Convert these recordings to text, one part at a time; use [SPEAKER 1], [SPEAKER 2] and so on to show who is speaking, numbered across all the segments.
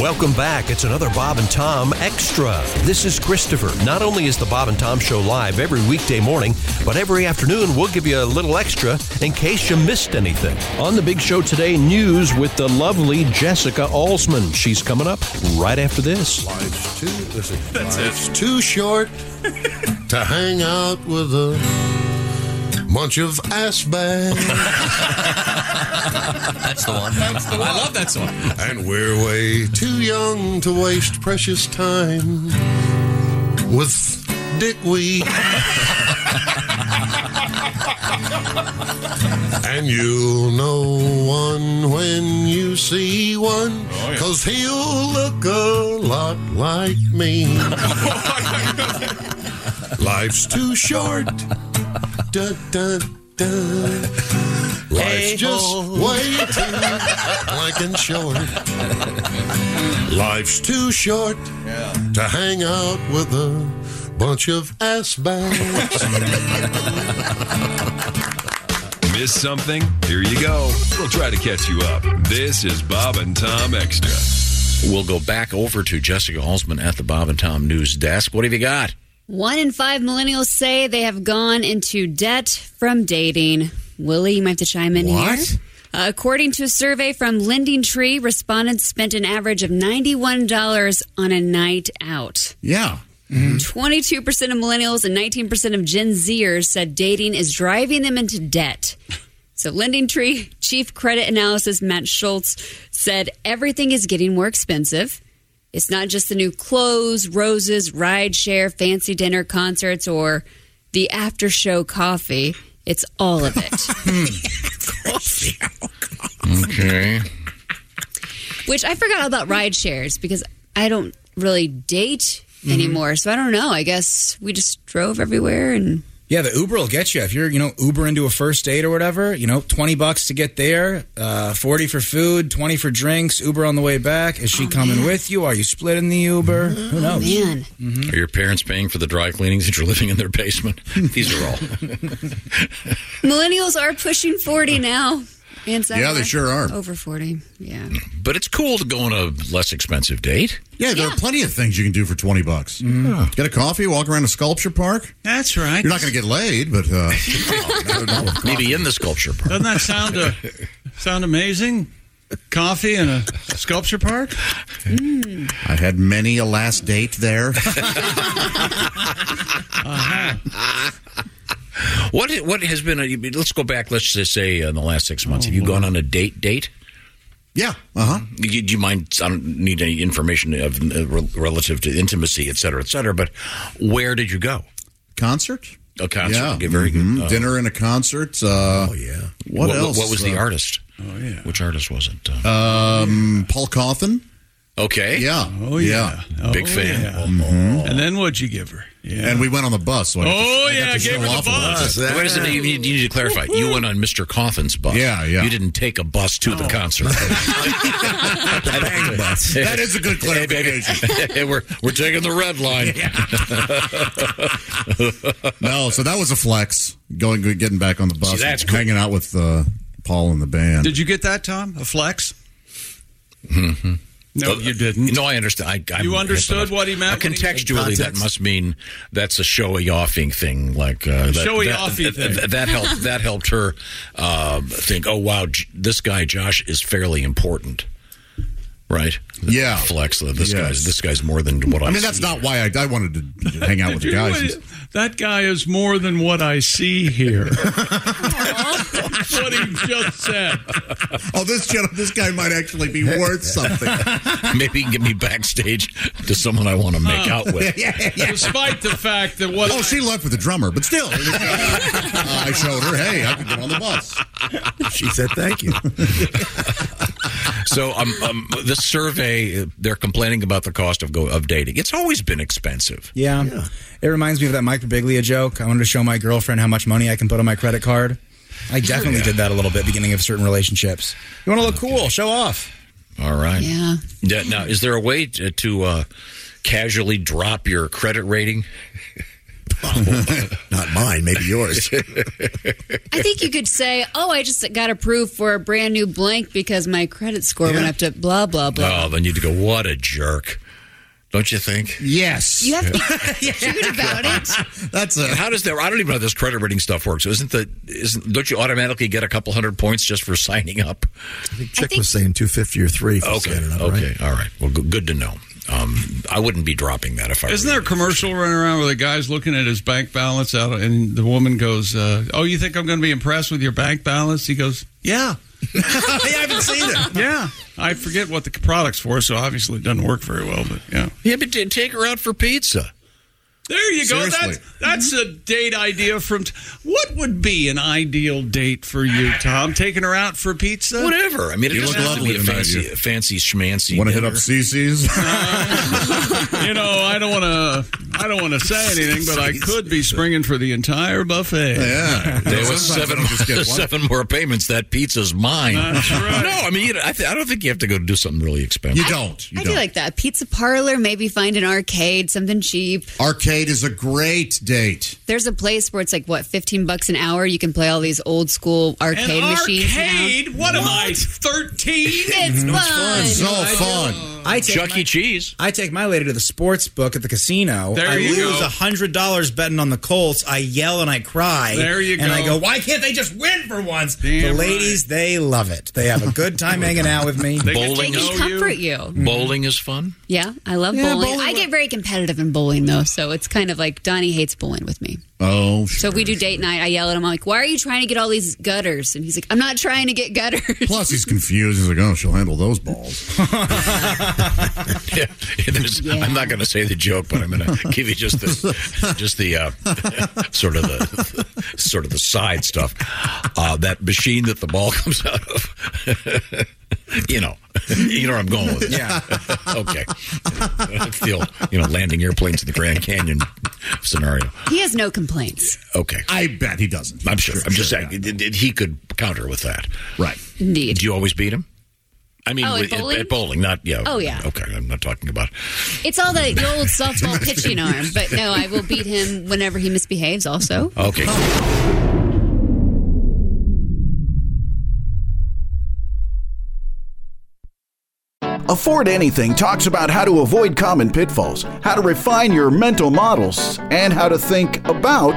[SPEAKER 1] Welcome back. It's another Bob and Tom Extra. This is Christopher. Not only is the Bob and Tom Show live every weekday morning, but every afternoon we'll give you a little extra in case you missed anything. On the big show today, news with the lovely Jessica Alsman. She's coming up right after this.
[SPEAKER 2] Life's too. Listen, life's too short to hang out with a bunch of ass bags.
[SPEAKER 3] That's the one. I love that song.
[SPEAKER 2] and we're way too young to waste precious time with dickweed. and you'll know one when you see one,
[SPEAKER 4] Oh, yeah.
[SPEAKER 2] cause he'll look a lot like me. Life's too short. Dun, dun, dun. Life's just way too blank and short. Life's too short to hang out with a bunch of ass bags.
[SPEAKER 5] Miss something? Here you go. We'll try to catch you up. This is Bob and Tom Extra.
[SPEAKER 6] We'll go back over to Jessica Halsman at the Bob and Tom News Desk. What have you got?
[SPEAKER 7] One in five millennials say they have gone into debt from dating. Willie, you might have to chime in here. Uh, according to a survey from Lending Tree, respondents spent an average of $91 on a night out.
[SPEAKER 8] Yeah.
[SPEAKER 7] 22% of millennials and 19% of Gen Zers said dating is driving them into debt. So, Lending Tree Chief Credit Analysis Matt Schultz said everything is getting more expensive. It's not just the new clothes, roses, ride share, fancy dinner, concerts, or the after show coffee. It's all of it.
[SPEAKER 6] Okay.
[SPEAKER 7] Which I forgot all about ride shares because I don't really date anymore. So, I don't know. I guess we just drove everywhere and.
[SPEAKER 9] Yeah, the Uber will get you if you're, you know, Uber into a first date or whatever. You know, twenty bucks to get there, uh, forty for food, twenty for drinks. Uber on the way back. Is she
[SPEAKER 10] Oh,
[SPEAKER 9] coming with you? Are you splitting the Uber?
[SPEAKER 10] Mm-hmm.
[SPEAKER 9] Who knows?
[SPEAKER 7] man.
[SPEAKER 6] Are your parents paying for the dry cleanings that you're living in their basement? These are all.
[SPEAKER 7] Millennials are pushing 40 now. And some
[SPEAKER 6] Yeah, they sure are.
[SPEAKER 7] Over 40. Yeah.
[SPEAKER 6] But it's cool to go on a less expensive date.
[SPEAKER 8] Yeah, there are plenty of things you can do for 20 bucks. Get a coffee, walk around a sculpture park.
[SPEAKER 10] That's right.
[SPEAKER 8] You're not going to get laid, but uh,
[SPEAKER 6] maybe in the sculpture park.
[SPEAKER 10] Doesn't that sound uh, sound amazing? Coffee and a sculpture park.
[SPEAKER 8] I had many a last date there.
[SPEAKER 6] What what has been? A, let's go back. Let's just say uh, in the last six months, have you gone on a date? Date?
[SPEAKER 8] Yeah. Uh huh.
[SPEAKER 6] Do you, do you mind? I don't need any information of uh, rel- relative to intimacy, et cetera, et cetera. But where did you go?
[SPEAKER 8] Concert.
[SPEAKER 6] A concert.
[SPEAKER 8] Yeah.
[SPEAKER 6] Okay, very
[SPEAKER 8] Mhm.
[SPEAKER 6] good. Uh,
[SPEAKER 8] Dinner and a concert. Uh, oh, yeah. What,
[SPEAKER 6] what,
[SPEAKER 8] else?
[SPEAKER 6] What was the
[SPEAKER 8] Uh,
[SPEAKER 6] artist? Oh yeah. Which artist was it? Uh,
[SPEAKER 8] Um, Paul Coffin.
[SPEAKER 6] okay.
[SPEAKER 8] Yeah.
[SPEAKER 10] Oh yeah.
[SPEAKER 6] Big
[SPEAKER 10] Oh,
[SPEAKER 6] fan.
[SPEAKER 10] yeah. And then what'd you give her? Yeah.
[SPEAKER 8] And we went on the bus. So I got to-
[SPEAKER 10] Oh,
[SPEAKER 8] I got
[SPEAKER 10] yeah,
[SPEAKER 8] to
[SPEAKER 10] gave
[SPEAKER 8] show
[SPEAKER 10] her the
[SPEAKER 8] off a little
[SPEAKER 10] bus.
[SPEAKER 8] bit.
[SPEAKER 6] Wait a second, you, need- you need to clarify. You went on Mr. Coffin's bus.
[SPEAKER 8] Yeah, yeah.
[SPEAKER 6] You didn't take a bus to the concert.
[SPEAKER 8] That is a good clarification.
[SPEAKER 6] Hey, we're, we're taking the red line.
[SPEAKER 8] no, so that was a flex. Going, getting back on the bus.
[SPEAKER 6] See, that's
[SPEAKER 8] and
[SPEAKER 6] cool.
[SPEAKER 8] hanging out with uh, Paul and the band.
[SPEAKER 10] Did you get that, Tom? A flex? No, you didn't.
[SPEAKER 6] No, I understand. I, I'm
[SPEAKER 10] You understood
[SPEAKER 6] hip enough.
[SPEAKER 10] what he meant
[SPEAKER 6] Uh,
[SPEAKER 10] when he-
[SPEAKER 6] contextually, that
[SPEAKER 10] Context.
[SPEAKER 6] must mean that's a showy offing thing. Like uh, that,
[SPEAKER 10] Showy
[SPEAKER 6] that,
[SPEAKER 10] offing
[SPEAKER 6] that-
[SPEAKER 10] thing.
[SPEAKER 6] That, that helped. That helped her uh, think. Oh wow, J- this guy Josh is fairly important. Right?
[SPEAKER 8] Yeah.
[SPEAKER 6] Flex. uh, This
[SPEAKER 8] Yes.
[SPEAKER 6] guy's this guy's more than what I.
[SPEAKER 8] I mean, that's
[SPEAKER 6] see.
[SPEAKER 8] not why I, I wanted to hang out with the
[SPEAKER 10] You know
[SPEAKER 8] guys.
[SPEAKER 10] what? that guy is more than what I see here. That's what he just said.
[SPEAKER 8] Oh, this gentleman, this guy might actually be worth something.
[SPEAKER 6] Maybe he can get me backstage to someone I want to make out with.
[SPEAKER 10] Oh, Despite the fact that what
[SPEAKER 8] Oh, she left with the drummer, but still, it was, uh, I showed her, hey, I could get on the bus.
[SPEAKER 4] She said thank you.
[SPEAKER 6] So um, um, this survey, uh, they're complaining about the cost of go of dating. It's always been expensive.
[SPEAKER 9] Yeah. It reminds me of that Mike Birbiglia joke. I wanted to show my girlfriend how much money I can put on my credit card. I definitely
[SPEAKER 6] Yeah.
[SPEAKER 9] did that a little bit beginning of certain relationships. You want to look cool, show off.
[SPEAKER 6] All right.
[SPEAKER 7] Yeah.
[SPEAKER 6] Yeah, now, is there a way to, to uh, casually drop your credit rating?
[SPEAKER 4] Not mine, maybe yours.
[SPEAKER 7] I think you could say, "Oh, I just got approved for a brand new blank because my credit score went up to blah blah blah."
[SPEAKER 6] Oh, then you'd go, what a jerk. Don't you think?
[SPEAKER 9] Yes.
[SPEAKER 7] You have to be cute about it.
[SPEAKER 6] That's a- how does that? I don't even know how this credit rating stuff works. Isn't the isn't don't you automatically get a couple hundred points just for signing up?
[SPEAKER 4] I think Chick was saying 250 or 3 for
[SPEAKER 6] Okay,
[SPEAKER 4] standing up, right?
[SPEAKER 6] okay, all right. Well, good, good to know. Um, I wouldn't be dropping that if I.
[SPEAKER 10] Isn't there a commercial running around where the guy's looking at his bank balance out, and the woman goes, uh, "Oh, you think I'm going to be impressed with your bank balance?" He goes, "Yeah." yeah, I haven't seen it. Yeah, I forget what the product's for, so obviously it doesn't work very well. But yeah,
[SPEAKER 6] Yeah, but t- take her out for pizza.
[SPEAKER 10] there you go.
[SPEAKER 6] Seriously.
[SPEAKER 10] That's that's a date idea from. T- what would be an ideal date for you, Tom? Taking her out for pizza?
[SPEAKER 6] Whatever. I mean, it
[SPEAKER 10] You
[SPEAKER 6] doesn't
[SPEAKER 10] look
[SPEAKER 6] have to be a
[SPEAKER 10] lovely tonight,
[SPEAKER 6] fancy,
[SPEAKER 10] you.
[SPEAKER 6] fancy schmancy.
[SPEAKER 8] Want to hit up
[SPEAKER 6] dinner.
[SPEAKER 8] CC's?
[SPEAKER 10] you know, Oh, I don't want to. I don't want to say anything, but I could be springing for the entire buffet.
[SPEAKER 6] Yeah, there was
[SPEAKER 10] Sometimes I
[SPEAKER 6] seven,
[SPEAKER 10] don't just get one.
[SPEAKER 6] seven more payments. That pizza's mine. No, I mean, you know, I, th- I don't think you have to go do something really expensive.
[SPEAKER 8] You don't.
[SPEAKER 7] I do like that. Pizza parlor, maybe find an arcade, something cheap.
[SPEAKER 8] Arcade is a great date.
[SPEAKER 7] There's a place where it's like what, fifteen bucks an hour. You can play all these old school arcade
[SPEAKER 10] An
[SPEAKER 7] machines. now.
[SPEAKER 10] arcade? What, am I? Thirteen?
[SPEAKER 7] It's fun.
[SPEAKER 9] It's all
[SPEAKER 7] fun.
[SPEAKER 9] I take
[SPEAKER 6] Chuck E. Cheese.
[SPEAKER 9] I take my lady to the sports book at the casino.
[SPEAKER 10] There
[SPEAKER 9] I
[SPEAKER 10] you
[SPEAKER 9] lose
[SPEAKER 10] go.
[SPEAKER 9] hundred dollars betting on the Colts. I yell and I cry.
[SPEAKER 10] There you
[SPEAKER 9] And I
[SPEAKER 10] go.
[SPEAKER 9] go, why can't they just win for once?
[SPEAKER 10] Damn
[SPEAKER 9] the ladies, they love it. They have a good time hanging out with me.
[SPEAKER 6] Bowling
[SPEAKER 7] They
[SPEAKER 6] is
[SPEAKER 7] comfort you.
[SPEAKER 6] bowling is fun.
[SPEAKER 7] Yeah, I love
[SPEAKER 9] Yeah,
[SPEAKER 7] bowling.
[SPEAKER 9] bowling-
[SPEAKER 7] I get very competitive in bowling though, so it's kind of like Donnie hates bowling with me.
[SPEAKER 8] Oh,
[SPEAKER 7] So if we do date night, I yell at him. I'm like, "Why are you trying to get all these gutters?" And he's like, "I'm not trying to get gutters."
[SPEAKER 8] Plus, he's confused. He's like, oh, she'll handle those balls.
[SPEAKER 6] Yeah, there's- I'm not going to say the joke, but I'm going to give you just the just the uh, sort of the sort of the side stuff. Uh, that machine that the ball comes out of. you know, you know where I'm going with. It.
[SPEAKER 9] Yeah.
[SPEAKER 6] okay. I feel you know landing airplanes in the Grand Canyon scenario.
[SPEAKER 7] He has no complaints.
[SPEAKER 6] Okay.
[SPEAKER 8] I bet he doesn't.
[SPEAKER 6] I'm sure. I'm just saying that- that he could counter with that.
[SPEAKER 8] Right.
[SPEAKER 7] Indeed.
[SPEAKER 6] Do you always beat him? I mean,
[SPEAKER 7] Oh, at
[SPEAKER 6] with-
[SPEAKER 7] bowling?
[SPEAKER 6] at bowling, not yeah.
[SPEAKER 7] Oh, yeah.
[SPEAKER 6] Okay, I'm not talking about.
[SPEAKER 7] It's all the, the old softball pitching arm, but no, I will beat him whenever he misbehaves. Also,
[SPEAKER 6] Okay.
[SPEAKER 11] Afford Anything talks about how to avoid common pitfalls, how to refine your mental models, and how to think about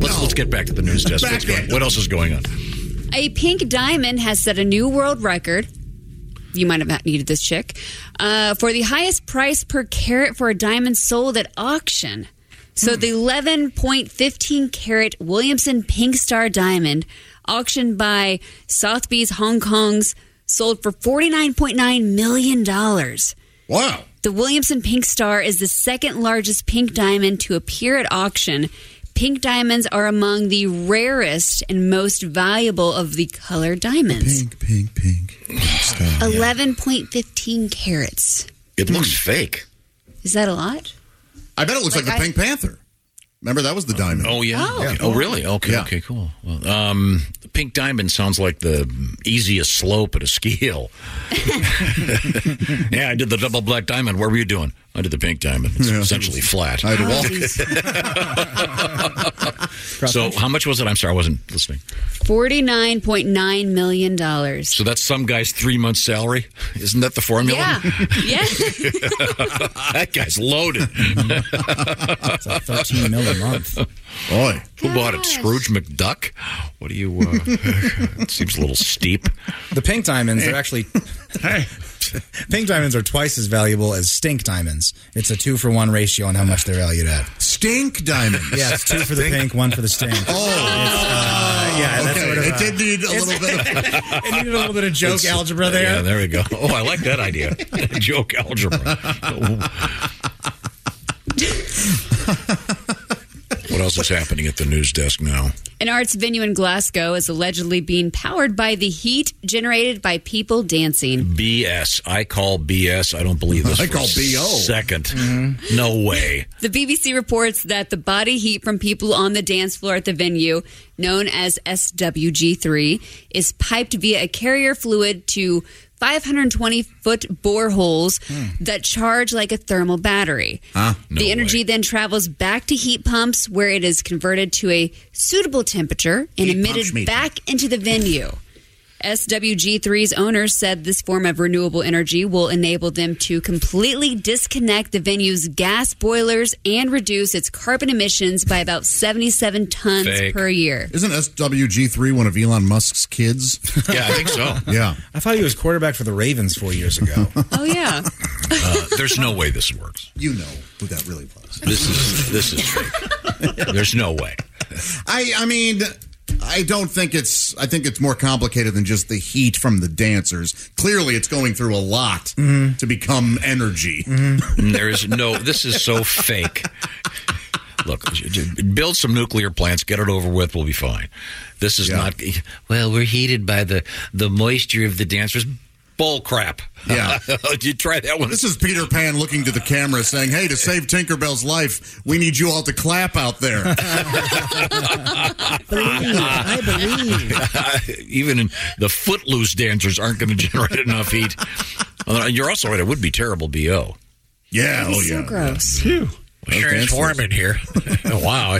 [SPEAKER 6] Let's, let's get back to the news desk. What's going, what else is going on?
[SPEAKER 7] a pink diamond has set a new world record. You might have not needed this chick uh, for the highest price per carat for a diamond sold at auction. So the 11.15 carat Williamson Pink Star diamond, auctioned by Sotheby's Hong Kong's, sold for 49.9 million dollars.
[SPEAKER 8] Wow.
[SPEAKER 7] The Williamson Pink Star is the second largest pink diamond to appear at auction. Pink diamonds are among the rarest and most valuable of the color diamonds.
[SPEAKER 8] Pink, pink.
[SPEAKER 7] Eleven point fifteen carats.
[SPEAKER 6] It looks fake.
[SPEAKER 7] Is that a lot?
[SPEAKER 8] I bet it looks like,
[SPEAKER 7] Like
[SPEAKER 8] the
[SPEAKER 7] I-
[SPEAKER 8] Pink Panther. Remember, that was the diamond.
[SPEAKER 6] Oh yeah.
[SPEAKER 7] Oh.
[SPEAKER 6] Okay. Oh, really? Okay.
[SPEAKER 8] Yeah.
[SPEAKER 6] Okay. Cool. Well, um, Pink Diamond sounds like the easiest slope at a ski hill. yeah, I did the double black diamond. Where were you doing? I did the pink diamond. It's essentially flat. I
[SPEAKER 8] had to Oh, walk.
[SPEAKER 6] so how much was it? I'm sorry, I wasn't listening.
[SPEAKER 7] $49.9 million. dollars.
[SPEAKER 6] So that's some guy's three months' salary. Isn't that the formula?
[SPEAKER 7] Yeah. yeah.
[SPEAKER 6] that guy's loaded. it's like thirteen mil a month. Boy, who bought it? Scrooge McDuck. What do you? Uh, it seems a little steep.
[SPEAKER 9] The pink diamonds are actually. Pink diamonds are twice as valuable as stink diamonds. It's a two for one ratio on how much they're valued at.
[SPEAKER 8] Stink diamonds.
[SPEAKER 9] Yeah, it's two for the pink, one for the stink.
[SPEAKER 8] Oh,
[SPEAKER 9] yeah, that's
[SPEAKER 8] okay.
[SPEAKER 9] sort of
[SPEAKER 8] it
[SPEAKER 9] a-
[SPEAKER 8] did need a little bit. Of,
[SPEAKER 9] it needed a little bit of joke
[SPEAKER 6] It's-
[SPEAKER 9] algebra there.
[SPEAKER 6] Yeah, there we go. Oh, I like that idea. Joke algebra. what else is happening at the news desk now?
[SPEAKER 7] An arts venue in Glasgow is allegedly being powered by the heat generated by people dancing.
[SPEAKER 6] BS. I call BS. I don't believe this.
[SPEAKER 7] I
[SPEAKER 6] for
[SPEAKER 7] call Mm-hmm.
[SPEAKER 6] a
[SPEAKER 7] BO.
[SPEAKER 6] Second. No way.
[SPEAKER 7] The BBC reports that the body heat from people on the dance floor at the venue, known as SWG3, is piped via a carrier fluid to 520 foot boreholes
[SPEAKER 12] Hmm.
[SPEAKER 7] that charge like a thermal battery.
[SPEAKER 6] Huh?
[SPEAKER 7] the energy then travels back to heat pumps where it is converted to a suitable temperature and
[SPEAKER 12] Heat pumps
[SPEAKER 7] emitted
[SPEAKER 12] meter.
[SPEAKER 7] back into the venue. SWG3's owner said this form of renewable energy will enable them to completely disconnect the venue's gas boilers and reduce its carbon emissions by about 77 tons
[SPEAKER 8] Fake.
[SPEAKER 7] per year.
[SPEAKER 8] isn't SWG3 one of Elon Musk's kids?
[SPEAKER 6] Yeah, I think so.
[SPEAKER 8] yeah.
[SPEAKER 9] I thought he was quarterback for the Ravens four years ago.
[SPEAKER 7] Oh, yeah.
[SPEAKER 6] Uh, there's no way this works.
[SPEAKER 8] You know who that really was.
[SPEAKER 6] This is this is fake. There's no way.
[SPEAKER 8] I I mean I don't think it's I think it's more complicated than just the heat from the dancers. Clearly it's going through a lot to become energy.
[SPEAKER 6] There is no. This is so fake. Look, j- j- build some nuclear plants, get it over with. We'll be fine. This is not. Well, we're heated by the the moisture of the dancers. Bull crap.
[SPEAKER 8] Yeah.
[SPEAKER 6] you try that one.
[SPEAKER 8] This is Peter Pan looking to the camera saying, "Hey, to save Tinkerbell's life, we need you all to clap out there."
[SPEAKER 6] I believe. Even in the footloose dancers aren't going to generate enough heat. Although, You're also right. It would be terrible, bo.
[SPEAKER 8] Yeah.
[SPEAKER 7] That is so gross.
[SPEAKER 6] Sure, it's warm in here. wow.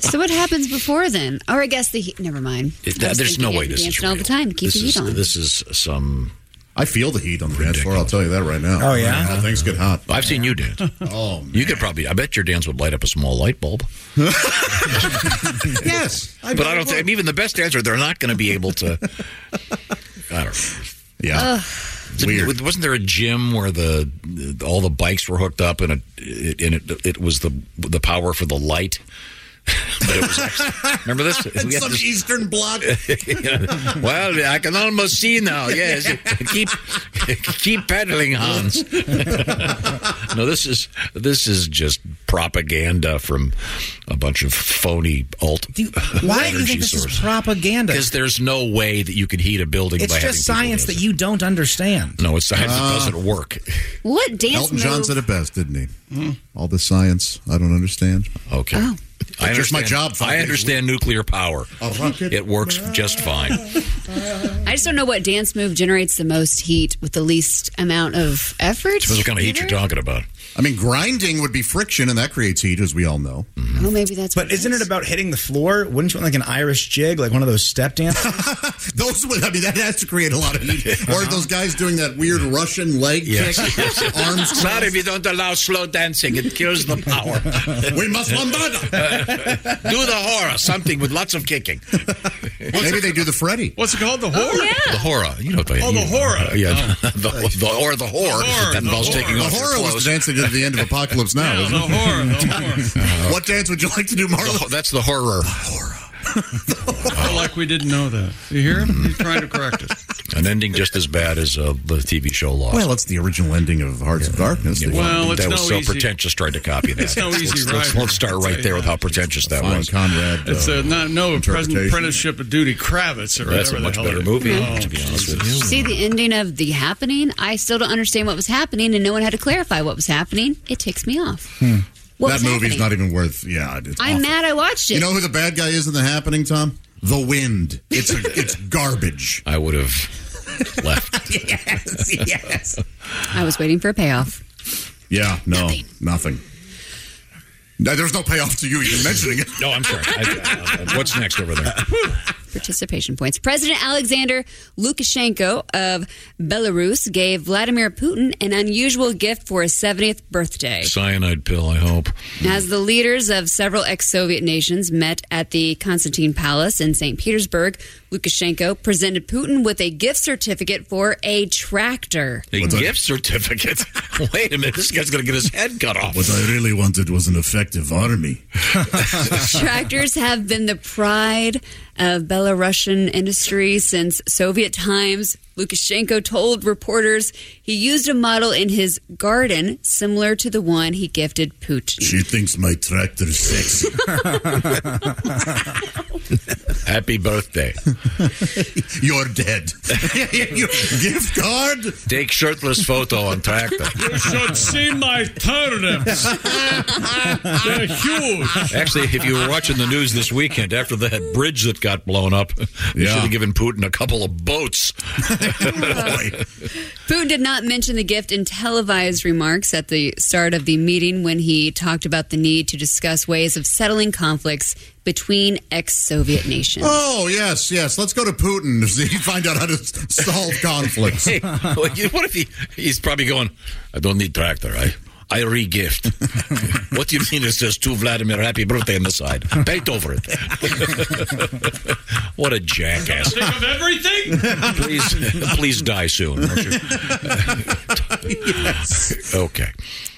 [SPEAKER 7] So what happens before then? Or I guess the heat. Never mind.
[SPEAKER 6] It-
[SPEAKER 7] I was
[SPEAKER 6] there's
[SPEAKER 7] thinking
[SPEAKER 6] no
[SPEAKER 7] you
[SPEAKER 6] way
[SPEAKER 7] have to
[SPEAKER 6] this is
[SPEAKER 7] dance it all the time to keep
[SPEAKER 6] this
[SPEAKER 7] the heat
[SPEAKER 6] is
[SPEAKER 7] on.
[SPEAKER 6] this is some.
[SPEAKER 8] I feel the heat on the dance floor. I'll tell you that right now.
[SPEAKER 6] Oh, yeah?
[SPEAKER 8] Wow, things get hot.
[SPEAKER 6] I've seen you dance.
[SPEAKER 8] Oh, man.
[SPEAKER 6] you could probably. I bet your dance would light up a small light bulb.
[SPEAKER 8] yes,
[SPEAKER 6] but I don't think even the best dancer. They're not going to be able to. I don't. know.
[SPEAKER 8] Yeah.
[SPEAKER 6] Didn't- Wasn't there a gym where the all the bikes were hooked up and it it, and it, it was the the power for the light? but it was actually, remember this?
[SPEAKER 8] And
[SPEAKER 6] We had
[SPEAKER 8] some
[SPEAKER 6] this-
[SPEAKER 8] Eastern Bloc.
[SPEAKER 6] Yeah. Well, I can almost see now. Yes, keep keep pedaling, Hans. no, this is this is just propaganda from a bunch of phony alt.
[SPEAKER 9] Why do you think this is propaganda?
[SPEAKER 6] Because there's no way that you could heat a building
[SPEAKER 9] It's
[SPEAKER 6] by having
[SPEAKER 9] just science that Oh. you don't understand.
[SPEAKER 6] No, it's science
[SPEAKER 8] Ah.
[SPEAKER 6] that doesn't work.
[SPEAKER 7] What dance
[SPEAKER 8] Elton John
[SPEAKER 7] move-
[SPEAKER 8] said it best, didn't he?
[SPEAKER 6] Mm-hmm.
[SPEAKER 8] All the science I don't understand.
[SPEAKER 6] Okay.
[SPEAKER 7] Oh.
[SPEAKER 6] I
[SPEAKER 8] It's just my
[SPEAKER 6] understand-
[SPEAKER 8] job, fuck
[SPEAKER 6] I
[SPEAKER 8] it.
[SPEAKER 6] understand nuclear power.
[SPEAKER 8] rocket
[SPEAKER 6] It works just fine.
[SPEAKER 7] I just don't know what dance move generates the most heat with the least amount of effort. either.
[SPEAKER 6] talking about.
[SPEAKER 8] I mean, grinding would be friction, and that creates heat, as we all know.
[SPEAKER 6] Mm.
[SPEAKER 7] Oh, maybe that's.
[SPEAKER 9] But isn't it about hitting the floor? Wouldn't you want like an Irish jig, like one of those step dances?
[SPEAKER 8] Those would, I mean, that has to create a lot of heat. Or those guys doing that weird Russian leg
[SPEAKER 6] Yes.
[SPEAKER 8] kick, arms.
[SPEAKER 6] Sorry, we don't allow slow dancing. It kills the power.
[SPEAKER 8] We must lambada.
[SPEAKER 6] do the horror, something with lots of kicking.
[SPEAKER 8] Maybe they do the Freddy.
[SPEAKER 10] What's it called? The
[SPEAKER 6] horror? The horror. You know what
[SPEAKER 10] Oh, the horror.
[SPEAKER 6] yeah, the, the, or the whore that involves taking
[SPEAKER 8] the
[SPEAKER 6] off your
[SPEAKER 8] horror
[SPEAKER 6] clothes.
[SPEAKER 8] was the dance they did at the end of Apocalypse Now.
[SPEAKER 10] Yeah, the
[SPEAKER 8] wasn't it?
[SPEAKER 10] horror. The horror.
[SPEAKER 8] what dance would you like to do, Marlon?
[SPEAKER 6] The- that's the horror.
[SPEAKER 10] Oh, like we didn't know that. You hear him? He's trying to correct us.
[SPEAKER 6] An ending just as bad as uh, the TV show Lost.
[SPEAKER 8] Well, that's the original ending of Hearts of Darkness. They-
[SPEAKER 10] Well, it's
[SPEAKER 6] that was
[SPEAKER 10] no
[SPEAKER 6] so
[SPEAKER 10] easy-
[SPEAKER 6] pretentious. Tried to copy that.
[SPEAKER 10] It's no
[SPEAKER 6] Let's-
[SPEAKER 10] easy
[SPEAKER 6] let's, let's,
[SPEAKER 10] rival.
[SPEAKER 6] let's start right there with how pretentious that was.
[SPEAKER 8] Conrad.
[SPEAKER 10] It's uh, not no present
[SPEAKER 6] interpretation.
[SPEAKER 10] apprenticeship of Duty Kravitz or
[SPEAKER 6] That's
[SPEAKER 10] whatever
[SPEAKER 6] a
[SPEAKER 10] the
[SPEAKER 6] much
[SPEAKER 10] hell
[SPEAKER 6] better
[SPEAKER 10] it-
[SPEAKER 6] movie,
[SPEAKER 10] Oh,
[SPEAKER 6] to be honest with
[SPEAKER 10] Jesus.
[SPEAKER 6] you.
[SPEAKER 7] See the ending of The Happening? I still don't understand what was happening, and no one had to clarify what was happening. It ticks me off. What
[SPEAKER 8] Hmm. that
[SPEAKER 7] was
[SPEAKER 8] movie's
[SPEAKER 7] happening?
[SPEAKER 8] not even worth. Yeah, it's
[SPEAKER 7] I'm
[SPEAKER 8] awful.
[SPEAKER 7] mad I watched it.
[SPEAKER 8] You know who the bad guy is in the happening, Tom? The wind. It's a, it's garbage.
[SPEAKER 6] I would have left.
[SPEAKER 7] yes, yes. I was waiting for a payoff.
[SPEAKER 8] Yeah, no, nothing. No, There's no payoff to you even mentioning it.
[SPEAKER 1] no, I'm sorry. what's next over there?
[SPEAKER 7] participation points. President Alexander Lukashenko of Belarus gave Vladimir Putin an unusual gift for his 70th birthday.
[SPEAKER 1] Cyanide pill, I hope.
[SPEAKER 7] As the leaders of several ex Soviet nations met at the Constantine Palace in St. Petersburg, Lukashenko presented Putin with a gift certificate for a tractor.
[SPEAKER 1] A gift certificate. Wait a minute, this guy's going to get his head cut off.
[SPEAKER 13] What I really wanted was an effective army.
[SPEAKER 7] Tractors have been the pride of Belarusian industry since Soviet times. Lukashenko told reporters he used a model in his garden similar to the one he gifted Putin.
[SPEAKER 13] She thinks my tractor's sexy.
[SPEAKER 1] Happy birthday.
[SPEAKER 8] You're dead. Your gift card?
[SPEAKER 1] Take shirtless photo on tractor.
[SPEAKER 14] You should see my turnips. They're huge.
[SPEAKER 1] Actually, if you were watching the news this weekend after that bridge that got blown up, you should have given Putin a couple of boats.
[SPEAKER 7] Putin did not mention the gift in televised remarks at the start of the meeting when he talked about the need to discuss ways of settling conflicts between ex Soviet nations.
[SPEAKER 8] Oh, yes, yes. Let's go to Putin to see, find out how to s- solve conflicts.
[SPEAKER 1] Hey, what you- what if he, he's probably going, I don't need tractor. I, I re-gift. what do you mean it says to Vladimir happy birthday on the side? Paint over it. what a jackass.
[SPEAKER 14] Think of everything.
[SPEAKER 1] Please, please die soon. won't you? Okay.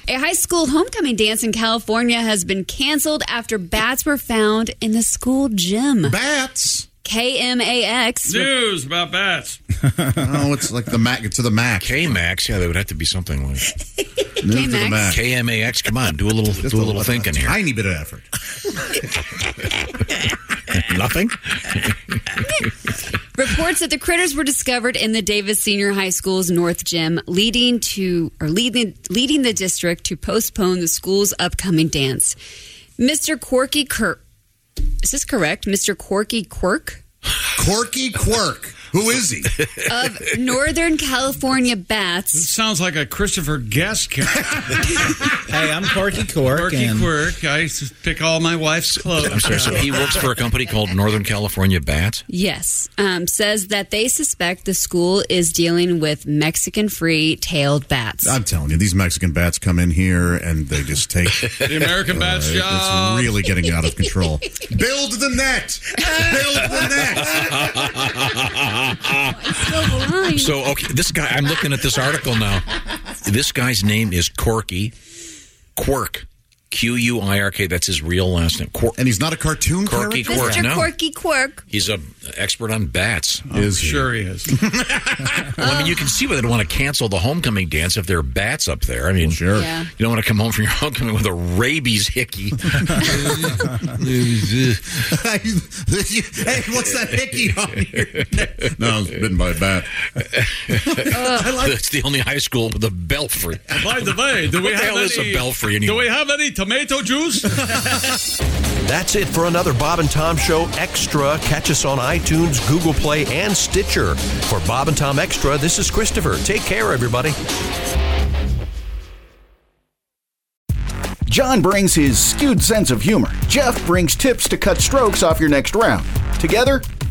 [SPEAKER 7] A high school homecoming dance in California has been canceled after bats were found in the school gym.
[SPEAKER 8] Bats?
[SPEAKER 7] KMAX.
[SPEAKER 10] News about bats.
[SPEAKER 8] no, Oh, it's like the Mac to the Mac.
[SPEAKER 1] K Max, yeah, there would have to be something like
[SPEAKER 7] Move to the K-Max. Mac.
[SPEAKER 1] KMAX. Come on, do a little, do a little thinking here.
[SPEAKER 8] Tiny bit of effort.
[SPEAKER 1] Nothing.
[SPEAKER 7] Reports that the critters were discovered in the Davis Senior High School's North Gym, leading to or leading leading the district to postpone the school's upcoming dance. Mr. Corky Kirk, is this correct? Mr. Corky Quirk
[SPEAKER 8] Corky Quirk. Who is he?
[SPEAKER 7] of Northern California Bats.
[SPEAKER 10] This sounds like a Christopher Guest character.
[SPEAKER 9] hey, I'm Corky Quirk.
[SPEAKER 10] Quirky
[SPEAKER 9] and-
[SPEAKER 10] Quirk. I used to pick all my wife's clothes.
[SPEAKER 1] I'm sorry. So he works for a company called Northern California Bat.
[SPEAKER 7] Yes, um, says that they suspect the school is dealing with Mexican-free tailed bats.
[SPEAKER 8] I'm telling you, these Mexican bats come in here and they just take
[SPEAKER 10] The American bat's
[SPEAKER 8] it's
[SPEAKER 1] Oh.
[SPEAKER 10] job.
[SPEAKER 8] really getting out of control. Build the net. Build the net.
[SPEAKER 1] so okay, this guy. I'm looking at this article now. This guy's name is Corky Quirk. Q U I R K. That's his real last name. Quirk.
[SPEAKER 8] And he's not a cartoon
[SPEAKER 1] Corky Quirk.
[SPEAKER 7] Mr.
[SPEAKER 1] No,
[SPEAKER 7] Corky Quirk.
[SPEAKER 1] he's a expert on bats.
[SPEAKER 10] I'm sure he is.
[SPEAKER 1] Well, I mean, you can see why they'd want to cancel the homecoming dance if there are bats up there. I mean, sure.
[SPEAKER 7] Yeah.
[SPEAKER 1] You don't want to come home from your homecoming with a rabies hickey.
[SPEAKER 8] hey, what's that hickey on your neck? No, I was bitten by a bat.
[SPEAKER 1] That's the only high school with a belfry.
[SPEAKER 10] By the way, do we
[SPEAKER 1] What the
[SPEAKER 10] have
[SPEAKER 1] hell
[SPEAKER 10] any,
[SPEAKER 1] is a belfry anyway?
[SPEAKER 10] Do we have any tomato juice?
[SPEAKER 6] That's it for another Bob and Tom Show Extra. Catch us on iTunes, Google Play, and Stitcher. For Bob and Tom Extra, this is Christopher. Take care, everybody.
[SPEAKER 15] John brings his skewed sense of humor. Jeff brings tips to cut strokes off your next round. Together,